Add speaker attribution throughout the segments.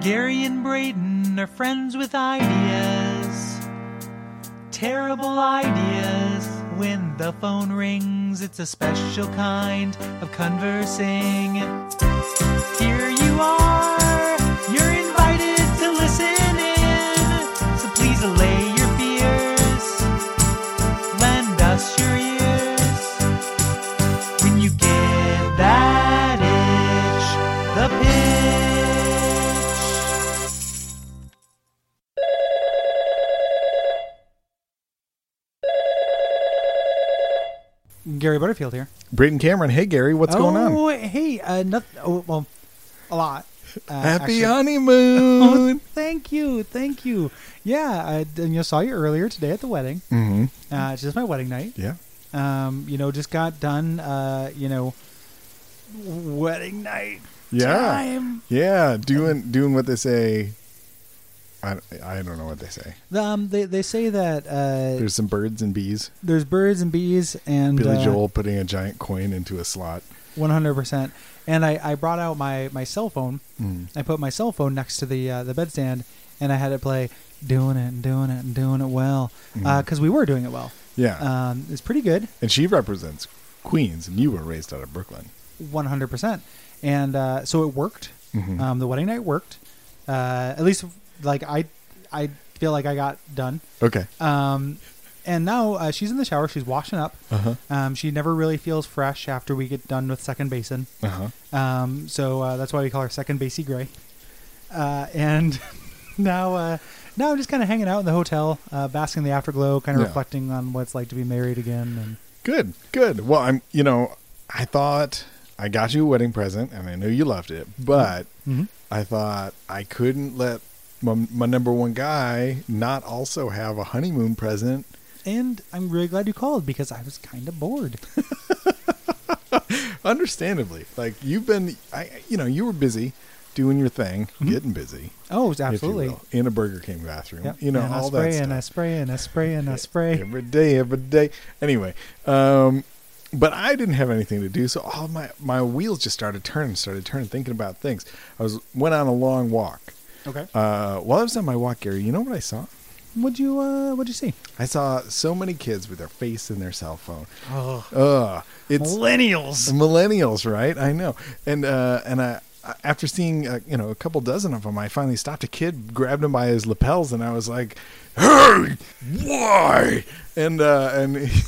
Speaker 1: Gary and Braden are friends with ideas. Terrible ideas. When the phone rings, it's a special kind of conversing. Here you are. You're invited to listen in. So please allay your fears. Lend us your ears. When you get that itch, the pitch.
Speaker 2: Gary Butterfield here.
Speaker 3: Brayden Cameron. Hey, Gary, what's going on?
Speaker 2: Oh, hey, uh, nothing. Oh, well, a lot. Uh,
Speaker 3: Happy
Speaker 2: actually.
Speaker 3: honeymoon.
Speaker 2: Oh, thank you, thank you. Yeah, I you know, saw you earlier today at the wedding.
Speaker 3: mm-hmm.
Speaker 2: Uh, it's just my wedding night.
Speaker 3: Yeah.
Speaker 2: Um, you know, just got done. Uh, you know, wedding night.
Speaker 3: Yeah.
Speaker 2: Time.
Speaker 3: Yeah. Doing
Speaker 2: Um,
Speaker 3: doing what they say. I, I don't know what they say.
Speaker 2: Um, they they say that uh,
Speaker 3: There's some birds and bees.
Speaker 2: there's birds and bees and
Speaker 3: Billy
Speaker 2: uh,
Speaker 3: Joel putting a giant coin into a slot.
Speaker 2: One hundred percent. And I, I brought out my, my cell phone. I put my cell phone next to the uh, the bedstand, and I had it play doing it and doing it and doing it well because we were doing it well.
Speaker 3: Yeah.
Speaker 2: Um, it's pretty good,
Speaker 3: and she represents Queens, and you were raised out of Brooklyn.
Speaker 2: one hundred percent. And uh, so it worked. Um, the wedding night worked. Uh, at least like I I feel like I got done.
Speaker 3: Okay.
Speaker 2: Um, and now uh, she's in the shower. She's washing up.
Speaker 3: Uh-huh.
Speaker 2: Um, she never really feels fresh after we get done with second basin.
Speaker 3: Uh huh.
Speaker 2: Um, so uh, that's why we call her Second Basie Gray. Uh, and now, uh, now I'm just kind of hanging out in the hotel, uh, basking in the afterglow, kind of
Speaker 3: Yeah.
Speaker 2: reflecting on what it's like to be married again. And
Speaker 3: Good. Good. Well, I'm. You know, I thought I got you a wedding present, and I know you loved it, but
Speaker 2: Mm-hmm.
Speaker 3: I thought I couldn't let my, my number one guy not also have a honeymoon present.
Speaker 2: and I'm really glad you called because I was kind of bored.
Speaker 3: Understandably, like you've been, I you know, you were busy doing your thing, getting busy,
Speaker 2: oh, it's
Speaker 3: if you
Speaker 2: Mm-hmm. absolutely.
Speaker 3: will, in a Burger King bathroom.
Speaker 2: Yep.
Speaker 3: You know,
Speaker 2: and I
Speaker 3: all
Speaker 2: spray
Speaker 3: that stuff.
Speaker 2: and I spray and I spray and I spray.
Speaker 3: every day, every day. Anyway, um, but I didn't have anything to do, so all my my wheels just started turning, started turning, thinking about things. I was went on a long walk.
Speaker 2: Okay.
Speaker 3: Uh, while I was on my walk, Gary, you know what I saw?
Speaker 2: What'd you uh, What'd you see?
Speaker 3: I saw so many kids with their face in their cell phone.
Speaker 2: Oh,
Speaker 3: Ugh, it's
Speaker 2: millennials.
Speaker 3: millennials, right? I know. And uh, and I I- after seeing uh, you know a couple dozen of them, I finally stopped a kid, grabbed him by his lapels, and I was like, "Hey, why?" And uh, and.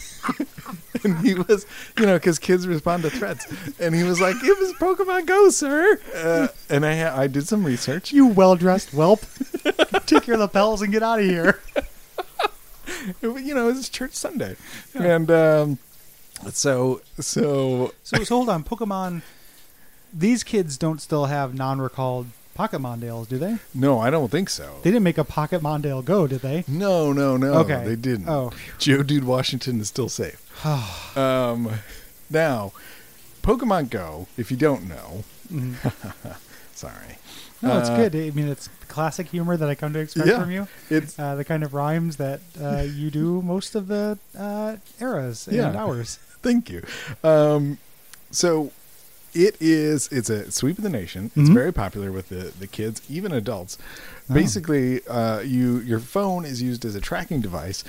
Speaker 3: And he was, you know, because kids respond to threats. And he was like, "It was Pokemon Go, sir." Uh, and I, ha- I did some research.
Speaker 2: You well dressed whelp. Take your lapels and get out of here.
Speaker 3: It wa- you know, it was church Sunday, and um, so, so
Speaker 2: So, so hold on, Pokemon. These kids don't still have non-recalled Pocket Mondales, do they?
Speaker 3: no, I don't think so.
Speaker 2: They didn't make a Pocket Mondale Go, did they?
Speaker 3: No, no, no.
Speaker 2: Okay.
Speaker 3: They didn't.
Speaker 2: Oh.
Speaker 3: Joe Dude Washington is still safe. um, now, Pokemon Go, if you don't know, Mm-hmm. sorry.
Speaker 2: No, it's good. I mean, it's classic humor that I come to expect
Speaker 3: Uh, Yeah,
Speaker 2: from you.
Speaker 3: it's-
Speaker 2: uh, the kind of rhymes that uh, you do most of the uh, eras and
Speaker 3: Yeah.
Speaker 2: hours.
Speaker 3: Thank you. Um, so it is it's a sweep of the nation. It's
Speaker 2: Mm-hmm.
Speaker 3: very popular with the, the kids, even adults.
Speaker 2: Oh.
Speaker 3: Basically, uh, you your phone is used as a tracking device,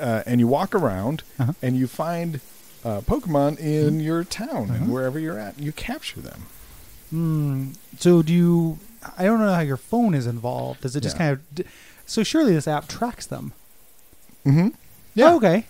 Speaker 3: uh, and you walk around
Speaker 2: Mm-hmm. Uh-huh. Mm-hmm.
Speaker 3: and you find uh, Pokemon in your town
Speaker 2: Uh-huh.
Speaker 3: and wherever you're at. You capture them.
Speaker 2: Hmm. So do you? I don't know how your phone is involved. Does it just
Speaker 3: Yeah.
Speaker 2: kind of? d- So surely this app tracks them.
Speaker 3: Mm-hmm.
Speaker 2: Oh, okay.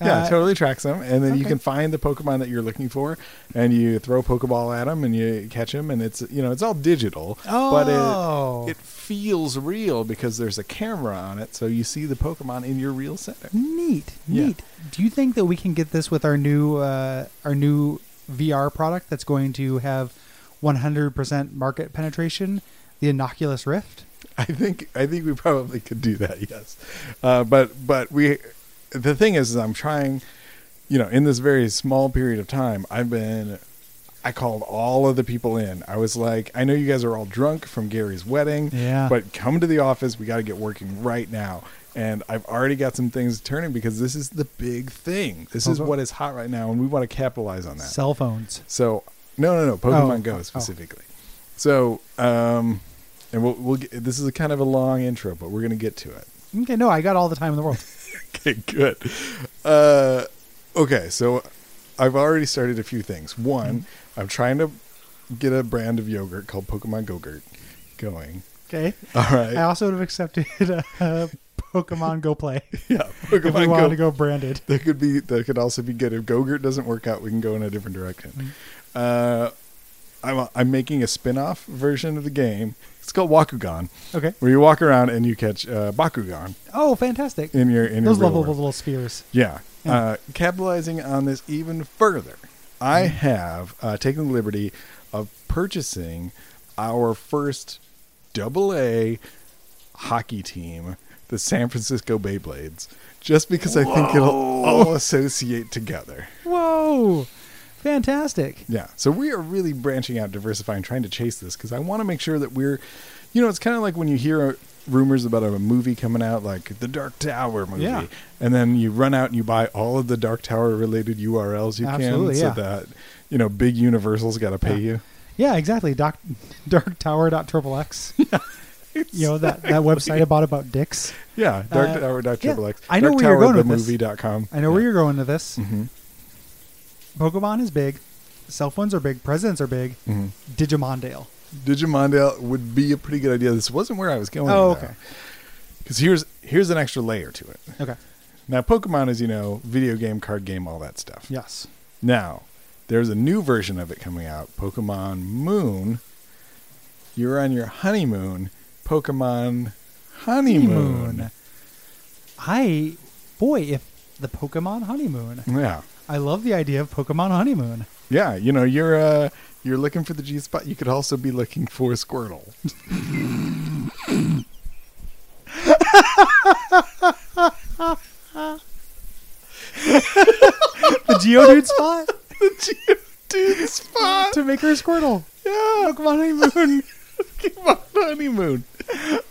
Speaker 3: Yeah,
Speaker 2: Uh,
Speaker 3: it totally tracks them, and then you
Speaker 2: okay.
Speaker 3: can find the Pokemon that you're looking for, and you throw a Pokeball at them, and you catch them, and it's you know it's all digital,
Speaker 2: Oh.
Speaker 3: but it it feels real because there's a camera on it, so you see the Pokemon in your real setting.
Speaker 2: Neat,
Speaker 3: Yeah.
Speaker 2: neat. Do you think that we can get this with our new uh, our new VR product that's going to have 100% market penetration, the Inoculus Rift?
Speaker 3: I think I think we probably could do that, yes, uh, but but we the thing is, is I'm trying, you know, in this very small period of time, I've been. I called all of the people in. I was like, I know you guys are all drunk from Gary's wedding,
Speaker 2: Yeah.
Speaker 3: but come to the office. We got to get working right now. And I've already got some things turning because this is the big thing. This is
Speaker 2: Okay.
Speaker 3: what is hot right now, and we want to capitalize on that.
Speaker 2: Cell phones.
Speaker 3: so, no, no, no, Pokemon
Speaker 2: Oh,
Speaker 3: Go
Speaker 2: oh.
Speaker 3: specifically. So, um, and we'll, we'll get, this is a kind of a long intro, but we're gonna get to it.
Speaker 2: Okay, no, I got all the time in the world.
Speaker 3: Okay, good. Uh, okay, so I've already started a few things. One,
Speaker 2: Mm-hmm.
Speaker 3: I'm trying to get a brand of yogurt called Pokemon Gogurt going.
Speaker 2: Okay.
Speaker 3: All
Speaker 2: I
Speaker 3: right,
Speaker 2: also would have accepted uh, Pokemon Go Play if
Speaker 3: yeah,
Speaker 2: we
Speaker 3: Pokemon
Speaker 2: wanted
Speaker 3: Go.
Speaker 2: to go branded.
Speaker 3: That could be. That could also be good. If Gogurt doesn't work out, we can go in a different
Speaker 2: Mm-hmm.
Speaker 3: direction. Uh, I'm I'm making a spin-off version of the game. It's called Wakugan,
Speaker 2: Okay.
Speaker 3: where you walk around and you catch uh, Bakugan
Speaker 2: Oh, fantastic.
Speaker 3: in your in
Speaker 2: Those
Speaker 3: your real
Speaker 2: lovable
Speaker 3: world.
Speaker 2: little spheres.
Speaker 3: Yeah.
Speaker 2: Yeah.
Speaker 3: Uh, capitalizing on this even further, I
Speaker 2: Mm-hmm.
Speaker 3: have uh, taken the liberty of purchasing our first double A hockey team, the San Francisco Beyblades, just because I think it'll all associate together.
Speaker 2: Whoa. Fantastic.
Speaker 3: Yeah. So we are really branching out, diversifying, trying to chase this because I want to make sure that we're, you know, it's kind of like when you hear rumors about a movie coming out, like the Dark Tower movie,
Speaker 2: Yeah.
Speaker 3: and then you run out and you buy all of the Dark Tower related URLs you
Speaker 2: Absolutely,
Speaker 3: can,
Speaker 2: yeah.
Speaker 3: so that you know, big Universal's got to pay you.
Speaker 2: Yeah, exactly. Doc, Dark Tower. Triple X. You know that, that website I bought about dicks.
Speaker 3: Yeah, Dark
Speaker 2: Uh,
Speaker 3: Tower dot
Speaker 2: yeah.
Speaker 3: triple X.
Speaker 2: I know
Speaker 3: Dark
Speaker 2: where you're
Speaker 3: Tower,
Speaker 2: going
Speaker 3: the
Speaker 2: with this.
Speaker 3: movie dot com.
Speaker 2: I know where you're going to this.
Speaker 3: Mhm. Mm-hmm.
Speaker 2: Pokemon is big. Cell phones are big. Presidents are big.
Speaker 3: Mhm.
Speaker 2: Digimondale.
Speaker 3: Digimondale would be a pretty good idea. This wasn't where I was going.
Speaker 2: Oh, okay.
Speaker 3: Because here's here's an extra layer to it.
Speaker 2: Okay.
Speaker 3: Now, Pokemon is you know video game, card game, all that stuff.
Speaker 2: Yes.
Speaker 3: Now, there's a new version of it coming out Pokemon Moon. You're on your honeymoon. Pokemon Honeymoon.
Speaker 2: Honeymoon. I, boy, if the Pokemon honeymoon.
Speaker 3: Yeah.
Speaker 2: I love the idea of Pokemon honeymoon.
Speaker 3: Yeah, you know, you're uh you're looking for the G spot. You could also be looking for Squirtle.
Speaker 2: The Geodude spot
Speaker 3: Dude spot.
Speaker 2: to make her Squirtle.
Speaker 3: Yeah,
Speaker 2: Pokemon honeymoon.
Speaker 3: Pokemon Honeymoon.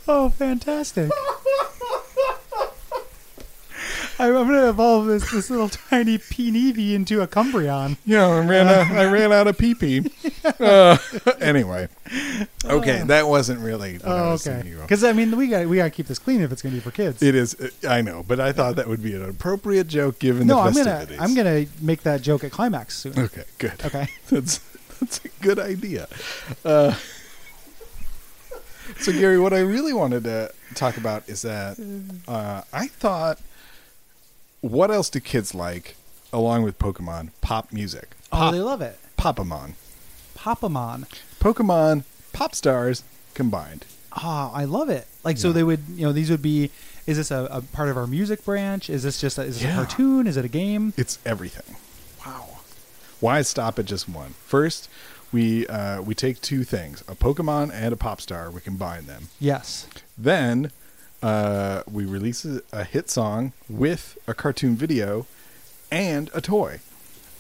Speaker 2: Oh, fantastic. I'm, I'm going to evolve this, this little tiny Peeneevee into a Cumbreon.
Speaker 3: Yeah, I ran out, I ran out of pee pee. Uh, anyway, okay, that wasn't really. What I
Speaker 2: Uh. Oh,
Speaker 3: was
Speaker 2: okay.
Speaker 3: thinking of.
Speaker 2: Because, I mean, we got we got to keep this clean if it's going to be for kids.
Speaker 3: It is. uh, I know, but I thought that would be an appropriate joke given
Speaker 2: no,
Speaker 3: the
Speaker 2: I'm gonna
Speaker 3: festivities.
Speaker 2: I'm gonna make that joke at climax soon.
Speaker 3: Okay, good.
Speaker 2: Okay.
Speaker 3: That's that's a good idea. Uh, so, Gary, what I really wanted to talk about is that uh, I thought, what else do kids like along with Pokemon? Pop music.
Speaker 2: Oh, they love it.
Speaker 3: Popamon.
Speaker 2: Papamon.
Speaker 3: Pokemon pop stars combined.
Speaker 2: Ah, I love it. Like so,
Speaker 3: Yeah.
Speaker 2: they would you know these would be. Is this a, a part of our music branch? Is this just a, is this
Speaker 3: Yeah.
Speaker 2: a cartoon? Is it a game?
Speaker 3: It's everything. Wow. Why stop at just one? First, we uh, we take two things: a Pokemon and a pop star. We combine them.
Speaker 2: Yes.
Speaker 3: Then uh, we release a a hit song with a cartoon video and a toy.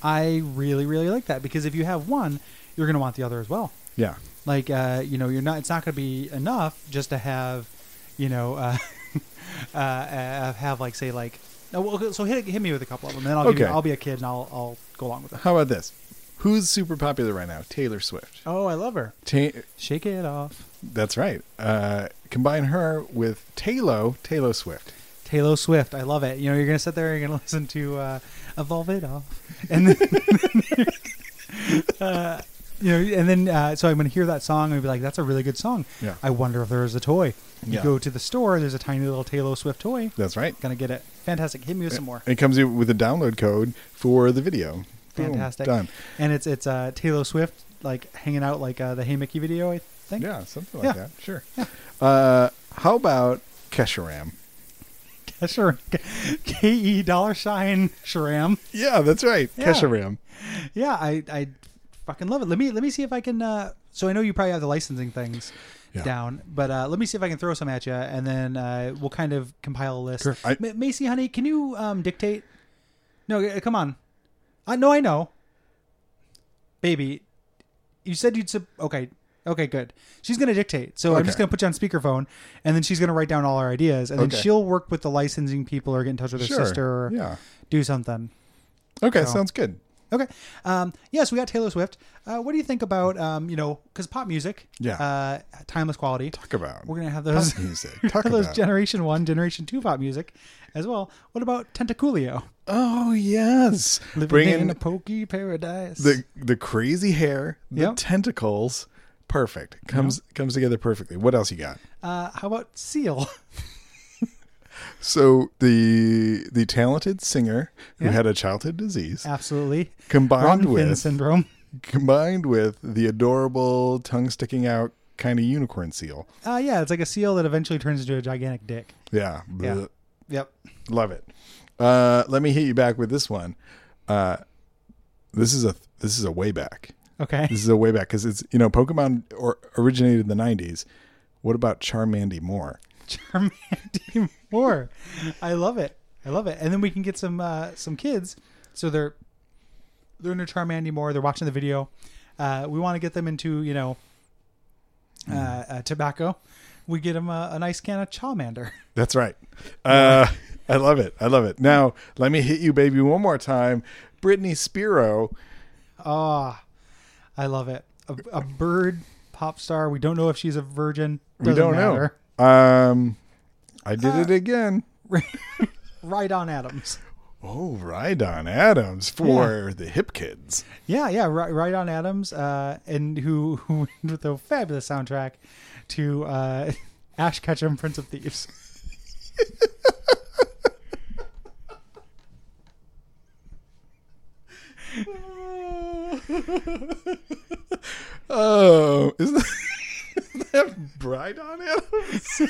Speaker 2: I really really like that because if you have one, you're gonna want the other as well.
Speaker 3: Yeah.
Speaker 2: Like uh, you know, you're not. It's not gonna be enough just to have, you know, uh, uh, uh, have like say like. No, well, okay, so hit hit me with a couple of them, then I'll give you,
Speaker 3: Okay.
Speaker 2: I'll be a kid and I'll I'll go along with it.
Speaker 3: How about this? Who's super popular right now? Taylor Swift.
Speaker 2: Oh, I love her.
Speaker 3: Ta-
Speaker 2: Shake it off.
Speaker 3: that's right. Uh, combine her with Taylor Taylor Swift.
Speaker 2: Taylor Swift. I love it. You know, you're gonna sit there, you're gonna listen to uh, "Evolve It Off," and then, uh, you know, and then uh, so I'm gonna hear that song and be like, "That's a really good song."
Speaker 3: Yeah.
Speaker 2: I wonder if there is a toy. You
Speaker 3: Yeah.
Speaker 2: go to the store. There's a tiny little Taylor Swift toy.
Speaker 3: That's right.
Speaker 2: Gonna get it. Fantastic. Hit me with some more.
Speaker 3: It comes in with a download code for the video. Boom,
Speaker 2: Fantastic.
Speaker 3: done.
Speaker 2: And it's it's uh, Taylor Swift like hanging out like uh, the Hey Mickey video. I think.
Speaker 3: Yeah, something like
Speaker 2: Yeah.
Speaker 3: that. Sure. Uh, how about Kesharam?
Speaker 2: Sure. K E dollar sign Sharam.
Speaker 3: Yeah, that's right.
Speaker 2: Yeah.
Speaker 3: Kesharam.
Speaker 2: Yeah, I, I fucking love it. Let me let me see if I can. Uh, so I know you probably have the licensing things
Speaker 3: Yeah.
Speaker 2: down, but uh, let me see if I can throw some at you, and then uh, we'll kind of compile a list.
Speaker 3: Sure. I-
Speaker 2: Ma- Macy, honey, can you um, dictate? No, uh, come on. I no, I know. Baby, you said you'd sub. Okay. Okay, good. She's going to dictate. So I'm just
Speaker 3: Okay.
Speaker 2: going to put you on speakerphone, and then she's going to write down all our ideas, and
Speaker 3: Okay.
Speaker 2: then she'll work with the licensing people or get in touch with her
Speaker 3: Sure.
Speaker 2: sister or
Speaker 3: Yeah.
Speaker 2: do something.
Speaker 3: Okay,
Speaker 2: So-
Speaker 3: sounds good.
Speaker 2: Okay. Um, yes, we got Taylor Swift. Uh, what do you think about um, you know because pop music,
Speaker 3: Yeah.
Speaker 2: uh, timeless quality.
Speaker 3: Talk about
Speaker 2: We're gonna have those
Speaker 3: pop music.
Speaker 2: we're gonna
Speaker 3: Talk
Speaker 2: have those
Speaker 3: about-
Speaker 2: Generation One, Generation Two pop music as well. What about Tentaculio?
Speaker 3: oh yes,
Speaker 2: Living
Speaker 3: bring in
Speaker 2: in a pokey paradise.
Speaker 3: the the crazy hair, the
Speaker 2: Yep.
Speaker 3: tentacles, perfect comes comes together perfectly. What else you got?
Speaker 2: uh, how about Seal?
Speaker 3: So the the talented singer who
Speaker 2: Yeah.
Speaker 3: had a childhood disease
Speaker 2: Absolutely.
Speaker 3: combined
Speaker 2: Ron Finn
Speaker 3: with
Speaker 2: syndrome.
Speaker 3: combined with the adorable tongue sticking out kind of unicorn seal.
Speaker 2: Uh, yeah, it's like a seal that eventually turns into a gigantic dick.
Speaker 3: Yeah, bleh.
Speaker 2: Yep.
Speaker 3: love it. Uh, let me hit you back with this one. Uh, this is a this is a way back.
Speaker 2: Okay.
Speaker 3: This is a way back because it's you know Pokemon or, originated in the '90s. What about Charmandy Moore?
Speaker 2: Charmandy Moore. I love it. I love it. And then we can get some uh, some kids. So they're they're into Charmandy Moore. They're watching the video. Uh, we want to get them into you know uh,
Speaker 3: Mm.
Speaker 2: uh, tobacco. We get them a, a nice can of Charmander.
Speaker 3: That's right. Uh, I love it. I love it. Now let me hit you, baby, one more time. Brittany Spiro.
Speaker 2: Ah, I love it. A, a bird pop star. We don't know if she's a virgin.
Speaker 3: We
Speaker 2: Doesn't
Speaker 3: don't
Speaker 2: matter.
Speaker 3: know. Um, I did it again.
Speaker 2: Right on Adams.
Speaker 3: Oh, Rydon Adams for the Hip Kids.
Speaker 2: Yeah, yeah, right, right on Adams, uh, and who who went with a fabulous soundtrack to uh, Ash Ketchum, Prince of Thieves.
Speaker 3: Oh, isn't that, isn't that Brydon Adams?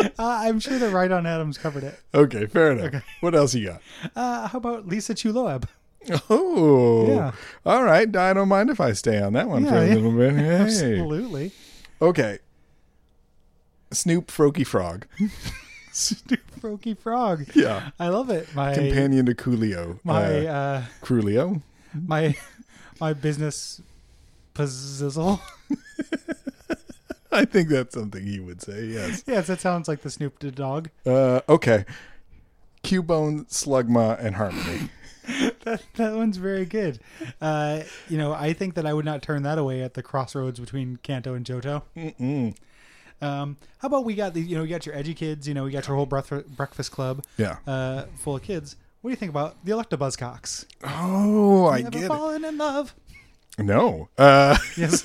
Speaker 2: Uh, I'm sure that Right on Adams covered it.
Speaker 3: okay, fair enough. What else you got?
Speaker 2: Uh, how about Lisa Chuloeb?
Speaker 3: Oh,
Speaker 2: Yeah.
Speaker 3: all right. I don't mind if I stay on that one for
Speaker 2: Yeah,
Speaker 3: a
Speaker 2: yeah.
Speaker 3: little bit. Hey.
Speaker 2: Absolutely.
Speaker 3: Okay. Snoop Froakie Frog.
Speaker 2: Frokey Frog.
Speaker 3: Yeah.
Speaker 2: I love it. My
Speaker 3: Companion to Coolio.
Speaker 2: my
Speaker 3: uh,
Speaker 2: uh,
Speaker 3: Crulio.
Speaker 2: my my business pizzizzle.
Speaker 3: I think that's something he would say, yes.
Speaker 2: yes, that sounds like the Snoop the dog.
Speaker 3: Uh, okay. Cubone, Slugma, and Harmony.
Speaker 2: That, that one's very good. Uh, you know, I think that I would not turn that away at the crossroads between Kanto and Johto.
Speaker 3: Mm-mm.
Speaker 2: Um, how about we got the you know we got your edgy kids, you know we got your whole breath- breakfast club,
Speaker 3: Yeah.
Speaker 2: uh, full of kids. What do you think about the Electabuzz
Speaker 3: Oh, I
Speaker 2: I Never
Speaker 3: get it.
Speaker 2: fallen in love.
Speaker 3: No. Uh,
Speaker 2: Yes.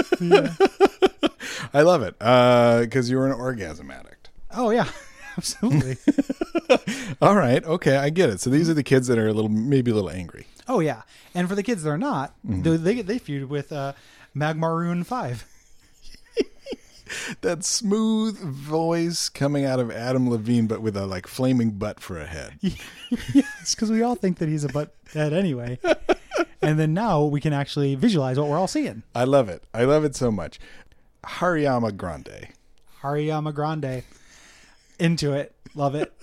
Speaker 3: I love it. Because you were an orgasm addict.
Speaker 2: oh yeah, absolutely.
Speaker 3: All right. Okay. I get it. So these are the kids that are a little, maybe a little angry.
Speaker 2: oh yeah. And for the kids that are not, they
Speaker 3: Mm-hmm.
Speaker 2: they, they feud with uh, Magmaroon Five.
Speaker 3: That smooth voice coming out of Adam Levine, but with a like flaming butt for a head.
Speaker 2: yes, because we all think that he's a butt head anyway. and then now we can actually visualize what we're all seeing.
Speaker 3: I love it. I love it so much. Hariyama Grande.
Speaker 2: Hariyama Grande, into it, love it.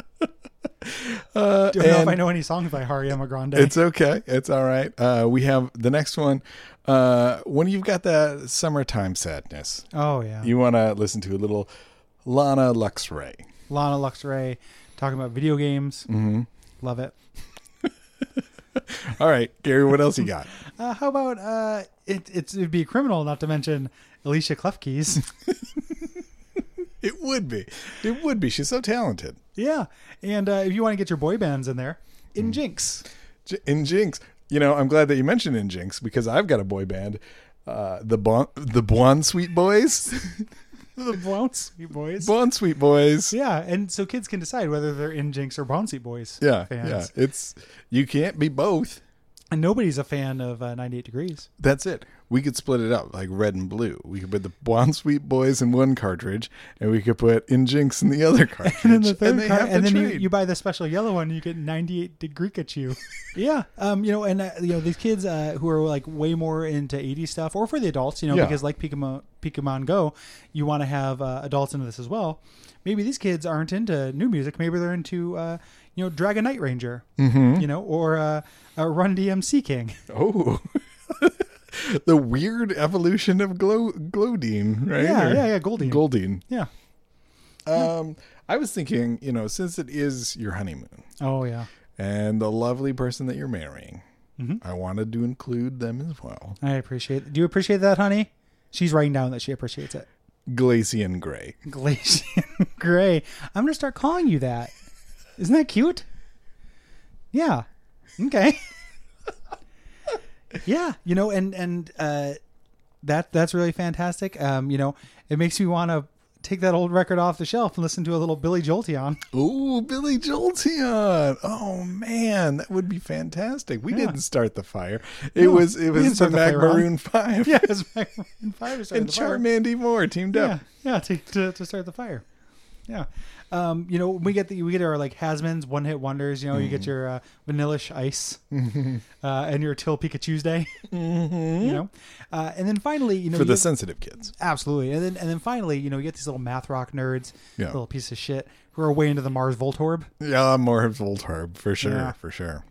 Speaker 3: Uh,
Speaker 2: Don't know if
Speaker 3: and-
Speaker 2: I know any songs by Hariyama Grande.
Speaker 3: It's okay. It's all right. Uh, we have the next one. Uh, when you've got that summertime sadness,
Speaker 2: oh yeah.
Speaker 3: you want to listen to a little Lana Luxray.
Speaker 2: Lana Luxray talking about video games. Mm-hmm. Love it.
Speaker 3: All right, Gary, what else you got?
Speaker 2: Uh, how about uh, it? It's, it'd be criminal not to mention Alicia Klefki's.
Speaker 3: It would be. It would be. She's so talented.
Speaker 2: yeah, and uh, if you want to get your boy bands in there, in Jinx.
Speaker 3: J- In Jinx, you know, I'm glad that you mentioned In Jinx because I've got a boy band, uh, the bon- the Blonde Sweet Boys.
Speaker 2: the Bounce Boys.
Speaker 3: Blonde Sweet Boys.
Speaker 2: yeah, and so kids can decide whether they're in Jinx or Bouncy Boys.
Speaker 3: Yeah,
Speaker 2: fans.
Speaker 3: yeah. It's you can't be both.
Speaker 2: And nobody's a fan of uh, 98 Degrees.
Speaker 3: That's it. We could split it up like red and blue. We could put the Blonde Sweet Boys in one cartridge, and we could put In Jinx in the other cartridge.
Speaker 2: And then the third
Speaker 3: they
Speaker 2: card,
Speaker 3: have to
Speaker 2: and then you,
Speaker 3: trade.
Speaker 2: you buy the special yellow one, you get 98 degree Pikachu. yeah, um, you know, and uh, you know these kids uh, who are like way more into 80s stuff, or for the adults, you know,
Speaker 3: Yeah.
Speaker 2: because like Pokemon, Pokemon Go, you want to have uh, adults into this as well. Maybe these kids aren't into new music. Maybe they're into uh, you know Dragonite Ranger, you know, or uh, uh, Run DMC King.
Speaker 3: oh. the weird evolution of Glo- Glodine, right?
Speaker 2: Yeah,
Speaker 3: Or
Speaker 2: yeah, yeah, Goldine.
Speaker 3: Goldine.
Speaker 2: Yeah.
Speaker 3: Um, I was thinking, you know, since it is your honeymoon
Speaker 2: Oh yeah.
Speaker 3: and the lovely person that you're marrying,
Speaker 2: Mm-hmm.
Speaker 3: I wanted to include them as well.
Speaker 2: I appreciate. Do you appreciate that, honey? She's writing down that she appreciates it.
Speaker 3: Glacian Gray.
Speaker 2: Glacian Gray. I'm gonna start calling you that. Isn't that cute? Yeah. Okay. yeah, you know, and and uh, that that's really fantastic. Um, you know, it makes me want to take that old record off the shelf and listen to a little Billy Jolteon.
Speaker 3: Ooh, Billy Jolteon. Oh man, that would be fantastic. We didn't start the fire. It
Speaker 2: No,
Speaker 3: was it
Speaker 2: we didn't
Speaker 3: was the
Speaker 2: start the
Speaker 3: Mac
Speaker 2: fire, Ron.
Speaker 3: Maroon Five.
Speaker 2: Yeah, it's back in five or so.
Speaker 3: and Charmandy Moore teamed
Speaker 2: Yeah,
Speaker 3: up.
Speaker 2: yeah, to, to, to start the fire. Yeah, um, you know we get the we get our like Hasman's one hit wonders. You know you get
Speaker 3: Mm-hmm.
Speaker 2: your uh, Vanillish Ice uh, and your Till Pika Tuesday. You know, uh, and then finally you know
Speaker 3: Mm-hmm. For
Speaker 2: you
Speaker 3: the
Speaker 2: get-
Speaker 3: sensitive kids.
Speaker 2: absolutely, and then and then finally you know you get these little math rock nerds,
Speaker 3: Yeah.
Speaker 2: little piece of shit who are way into the Mars Voltorb.
Speaker 3: Yeah, more of Voltorb, for sure,
Speaker 2: Yeah.
Speaker 3: for sure.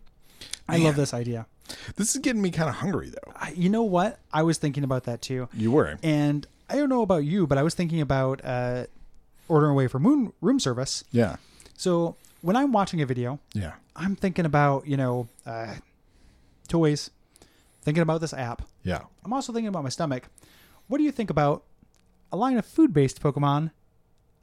Speaker 2: I love this idea.
Speaker 3: This is getting me kind of hungry though.
Speaker 2: I, you know what? I was thinking about that too.
Speaker 3: You were.
Speaker 2: And I don't know about you, but I was thinking about uh, ordering away for moon room service.
Speaker 3: Yeah.
Speaker 2: So when I'm watching a video,
Speaker 3: Yeah.
Speaker 2: I'm thinking about you know uh, toys, thinking about this app.
Speaker 3: Yeah.
Speaker 2: I'm also thinking about my stomach. What do you think about a line of food-based Pokemon,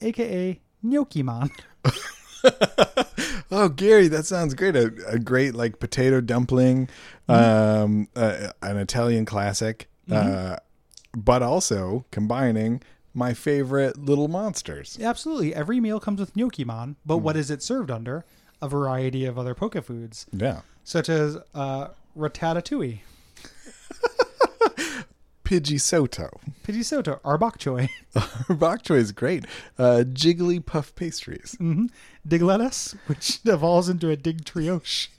Speaker 2: aka Gnocchimon?
Speaker 3: Oh, Gary, that sounds great. A, a great like potato dumpling,
Speaker 2: Mm-hmm.
Speaker 3: um, uh, an Italian classic, uh, but also combining my favorite little monsters.
Speaker 2: Absolutely, every meal comes with Gnocchimon, but what is it served under? A variety of other Poke foods,
Speaker 3: Yeah.
Speaker 2: such as uh, Ratatouille,
Speaker 3: Pidgey Soto.
Speaker 2: Pidgeotto, Arbok Choy,
Speaker 3: Bok choy is great. Uh, Jiggly puff pastries.
Speaker 2: Mm. Diglettus, which evolves into a Digtrioche.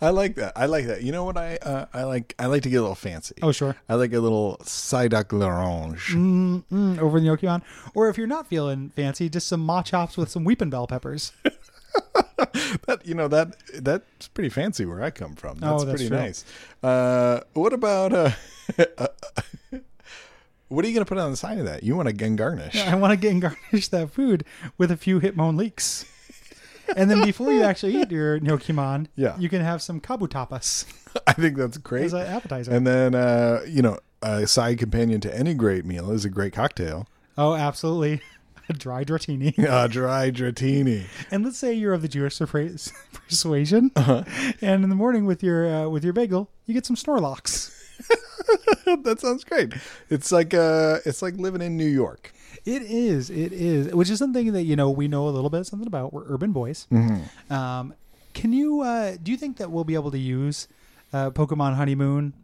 Speaker 3: I like that. I like that. You know what I uh, I like? I like to get a little fancy.
Speaker 2: Oh, sure.
Speaker 3: I like a little Psyduck l'orange.
Speaker 2: Mm, over the Gnocchimon. Or if you're not feeling fancy, just some ma chops with some weeping bell peppers.
Speaker 3: That you know that that's pretty fancy where I come from. That's,
Speaker 2: Oh, that's
Speaker 3: pretty
Speaker 2: true.
Speaker 3: nice. Uh, what about uh, what are you going to put on the side of that? You want a Gengarnish?
Speaker 2: I want to get and garnish that food with a few Hitmon leeks. And then before you actually eat your Gnocchimon,
Speaker 3: Yeah.
Speaker 2: you can have some kabu tapas
Speaker 3: I think that's great.
Speaker 2: as an appetizer.
Speaker 3: and then uh, you know a side companion to any great meal is a great cocktail,
Speaker 2: oh, absolutely. A dry dratini.
Speaker 3: a dry dratini.
Speaker 2: And let's say you're of the Jewish persuas- persuasion.
Speaker 3: Uh-huh.
Speaker 2: And in the morning with your uh, with your bagel, you get some Snorlax.
Speaker 3: that sounds great. It's like uh, it's like living in New York.
Speaker 2: It is. It is. Which is something that you know we know a little bit something about. We're urban boys.
Speaker 3: Mm-hmm.
Speaker 2: Um, can you? Uh, do you think that we'll be able to use uh, Pokemon Honeymoon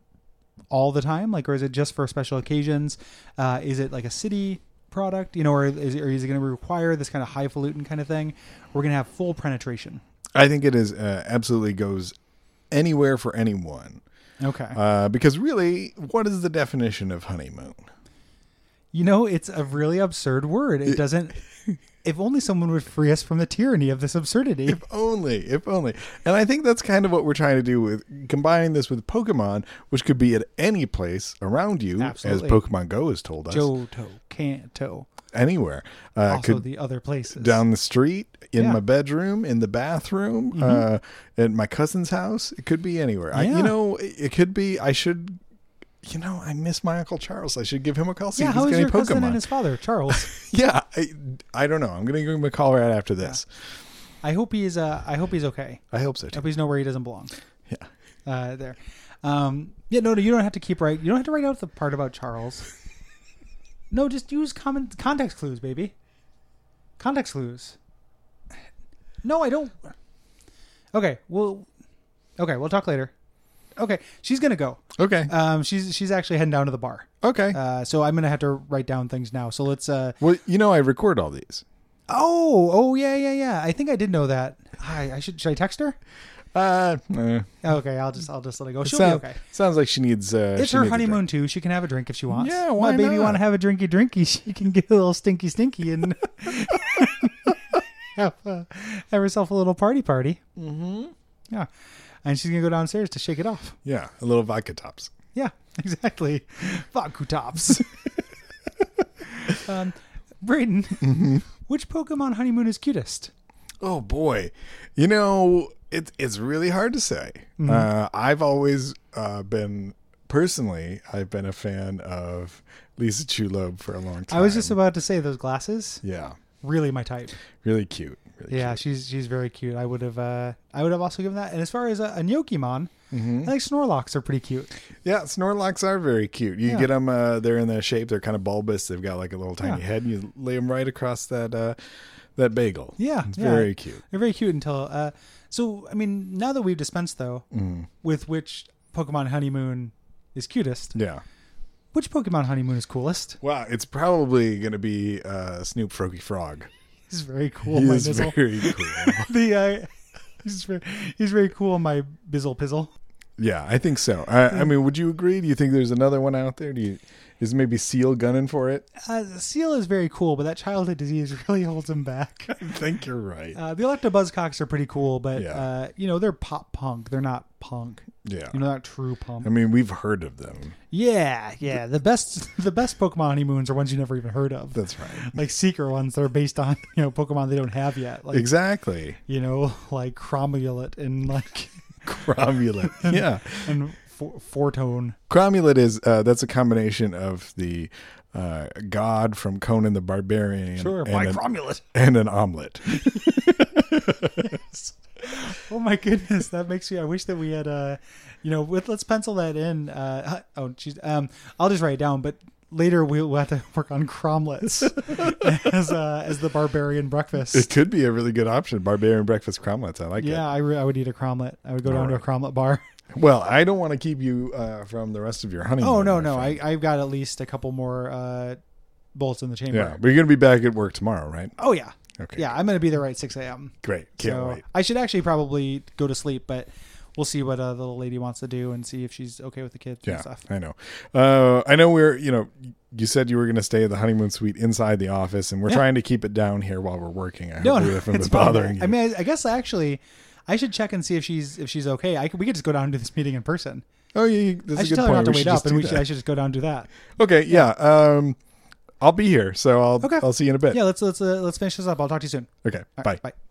Speaker 2: all the time? Like, or is it just for special occasions? Uh, is it like a city product? You know, or is it, or is it going to require this kind of highfalutin kind of thing? We're going to have full penetration.
Speaker 3: I think it is uh, absolutely goes anywhere for anyone.
Speaker 2: Okay.
Speaker 3: Uh, because really, what is the definition of honeymoon?
Speaker 2: you know, it's a really absurd word. It doesn't. if only someone would free us from the tyranny of this absurdity.
Speaker 3: If only, if only. And I think that's kind of what we're trying to do with combining this with Pokemon, which could be at any place around you,
Speaker 2: Absolutely.
Speaker 3: as Pokemon Go has told us,
Speaker 2: Johto, Kanto,
Speaker 3: anywhere. Uh,
Speaker 2: also
Speaker 3: could
Speaker 2: the other places.
Speaker 3: down the street, in
Speaker 2: Yeah. Mm-hmm.
Speaker 3: my bedroom, in the bathroom, uh, at my cousin's house. It could be anywhere. I,
Speaker 2: Yeah.
Speaker 3: you know, it it could be. I should. You know, I miss my uncle Charles. I should give him a call. See
Speaker 2: Yeah,
Speaker 3: if
Speaker 2: how
Speaker 3: he's
Speaker 2: is
Speaker 3: got
Speaker 2: your
Speaker 3: any
Speaker 2: cousin
Speaker 3: Pokemon.
Speaker 2: and his father, Charles?
Speaker 3: Yeah, I, I don't know. I'm gonna give him a call right after this.
Speaker 2: I hope he's uh, I hope he's okay.
Speaker 3: I hope so
Speaker 2: I
Speaker 3: too.
Speaker 2: hope he's nowhere he doesn't belong.
Speaker 3: Yeah.
Speaker 2: Uh, there. Um, yeah, no, no, you don't have to keep right. You don't have to write out the part about Charles. no, just use common context clues, baby. Context clues. No, I don't. Okay, well, okay, we'll talk later. Okay, she's gonna go.
Speaker 3: Okay.
Speaker 2: Um, she's she's actually heading down to the bar.
Speaker 3: okay.
Speaker 2: Uh, so I'm gonna have to write down things now. So let's uh,
Speaker 3: well, you know, I record all these.
Speaker 2: Oh, oh yeah, yeah, yeah. I think I did know that. Hi, I should should I text her?
Speaker 3: Uh, eh.
Speaker 2: Okay, I'll just I'll just let it go. She'll
Speaker 3: Sound-
Speaker 2: be okay.
Speaker 3: Sounds like she needs.
Speaker 2: It's her
Speaker 3: Uh, she needs a drink.
Speaker 2: honeymoon too. She can have a drink if she wants.
Speaker 3: Yeah, why
Speaker 2: My baby
Speaker 3: not?
Speaker 2: want to have a drinky drinky. She can get a little stinky stinky and have, uh, have herself a little party party. Mm-hmm. Yeah, and she's gonna go downstairs to shake it off.
Speaker 3: Yeah, a little vodka tops.
Speaker 2: Yeah, exactly. Faku tops.
Speaker 3: Mm-hmm.
Speaker 2: um, Braden, which Pokemon honeymoon is cutest?
Speaker 3: Oh boy, you know it, it's really hard to say.
Speaker 2: Mm-hmm.
Speaker 3: Uh, I've always uh, been personally, I've been a fan of Lisa Chulob for a long time.
Speaker 2: I was just about to say those glasses.
Speaker 3: yeah,
Speaker 2: Really my type.
Speaker 3: really cute. Really
Speaker 2: Yeah, she's she's very cute. I would have uh, I would have also given that. And as far as uh, a Nyokimon,
Speaker 3: Mm-hmm.
Speaker 2: I think Snorlocks are pretty cute.
Speaker 3: cute. yeah. Snorlocks are very cute. You
Speaker 2: Yeah.
Speaker 3: get them; uh, they're in the shape. They're kind of bulbous. They've got like a little tiny
Speaker 2: Yeah.
Speaker 3: head. And you lay them right across that uh, that bagel.
Speaker 2: Yeah,
Speaker 3: it's
Speaker 2: yeah.
Speaker 3: very cute.
Speaker 2: They're very cute until. Uh, so I mean, now that we've dispensed though
Speaker 3: Mm.
Speaker 2: with which Pokemon Honeymoon is cutest,
Speaker 3: Yeah.
Speaker 2: which Pokemon Honeymoon is coolest
Speaker 3: Wow, it's probably going to be uh, Snoop Froggy Frog.
Speaker 2: is very cool.
Speaker 3: he
Speaker 2: my
Speaker 3: is
Speaker 2: Bizzle.
Speaker 3: very cool.
Speaker 2: the uh, he's very, he's very cool. My Bizzle Pizzle.
Speaker 3: Yeah, I think so. I, I mean, would you agree? Do you think there's another one out there? Do you is maybe Seal gunning for it?
Speaker 2: Uh, Seal is very cool, but that childhood disease really holds him back.
Speaker 3: I think you're right.
Speaker 2: Uh, the Electabuzcocks are pretty cool, but
Speaker 3: Yeah.
Speaker 2: uh, you know they're pop punk. They're not punk.
Speaker 3: yeah,
Speaker 2: You know, not true punk.
Speaker 3: I mean, we've heard of them.
Speaker 2: yeah, yeah. The best, the best Pokemon honeymoons are ones you never even heard of.
Speaker 3: That's right.
Speaker 2: like seeker ones that are based on you know Pokemon they don't have yet, like
Speaker 3: Exactly,
Speaker 2: you know like Cromulent and like
Speaker 3: Cromulent. yeah,
Speaker 2: and four, four tone.
Speaker 3: Cromulent is uh, that's a combination of the uh, god from Conan the Barbarian and, an,
Speaker 2: Cromulent.
Speaker 3: and an omelet.
Speaker 2: Oh my goodness, that makes me. I wish that we had uh, you know, with, let's pencil that in. Uh, oh, jeez. Um, I'll just write it down, but. Later we'll we'll have to work on cromlets as uh, as the barbarian
Speaker 3: It
Speaker 2: breakfast.
Speaker 3: could be a really good option. Barbarian breakfast cromlets. I like it.
Speaker 2: Yeah, I, re- I would eat a cromlet. I would go down to a cromlet bar.
Speaker 3: Well, I don't want to keep you uh, from the rest of your honeymoon.
Speaker 2: Oh no
Speaker 3: my
Speaker 2: no,
Speaker 3: friend.
Speaker 2: I I've got at least a couple more uh, bolts in the chamber.
Speaker 3: yeah, but you're gonna be back at work tomorrow, right?
Speaker 2: Oh yeah.
Speaker 3: Okay.
Speaker 2: Yeah, I'm gonna be there at six a.m.
Speaker 3: Great. Can't
Speaker 2: so
Speaker 3: wait.
Speaker 2: I should actually probably go to sleep, but we'll see what uh, the little lady wants to do and see if she's okay with the kids
Speaker 3: Yeah,
Speaker 2: and stuff.
Speaker 3: I know. Uh, I know we're, you know, you said you were going to stay at the honeymoon suite inside the office, and we're
Speaker 2: Yeah.
Speaker 3: trying to keep it down here while we're working. I
Speaker 2: No,
Speaker 3: hope
Speaker 2: no,
Speaker 3: we haven't been
Speaker 2: it's fine.
Speaker 3: bothering you.
Speaker 2: I mean, I, I guess actually, I should check and see if she's if she's okay. I could, we could just go down and do this meeting in person.
Speaker 3: oh, yeah, you- that's
Speaker 2: I
Speaker 3: a
Speaker 2: should
Speaker 3: good
Speaker 2: tell
Speaker 3: point.
Speaker 2: her not to
Speaker 3: We
Speaker 2: wait
Speaker 3: should
Speaker 2: up,
Speaker 3: just
Speaker 2: and
Speaker 3: do
Speaker 2: we should,
Speaker 3: that.
Speaker 2: I should just go down and do that.
Speaker 3: Okay, yeah. Um, I'll be here, so I'll
Speaker 2: Okay.
Speaker 3: I'll see you in a bit.
Speaker 2: Yeah, let's let's uh, let's finish this up. I'll talk to you soon.
Speaker 3: Okay,
Speaker 2: All
Speaker 3: bye.
Speaker 2: right, bye.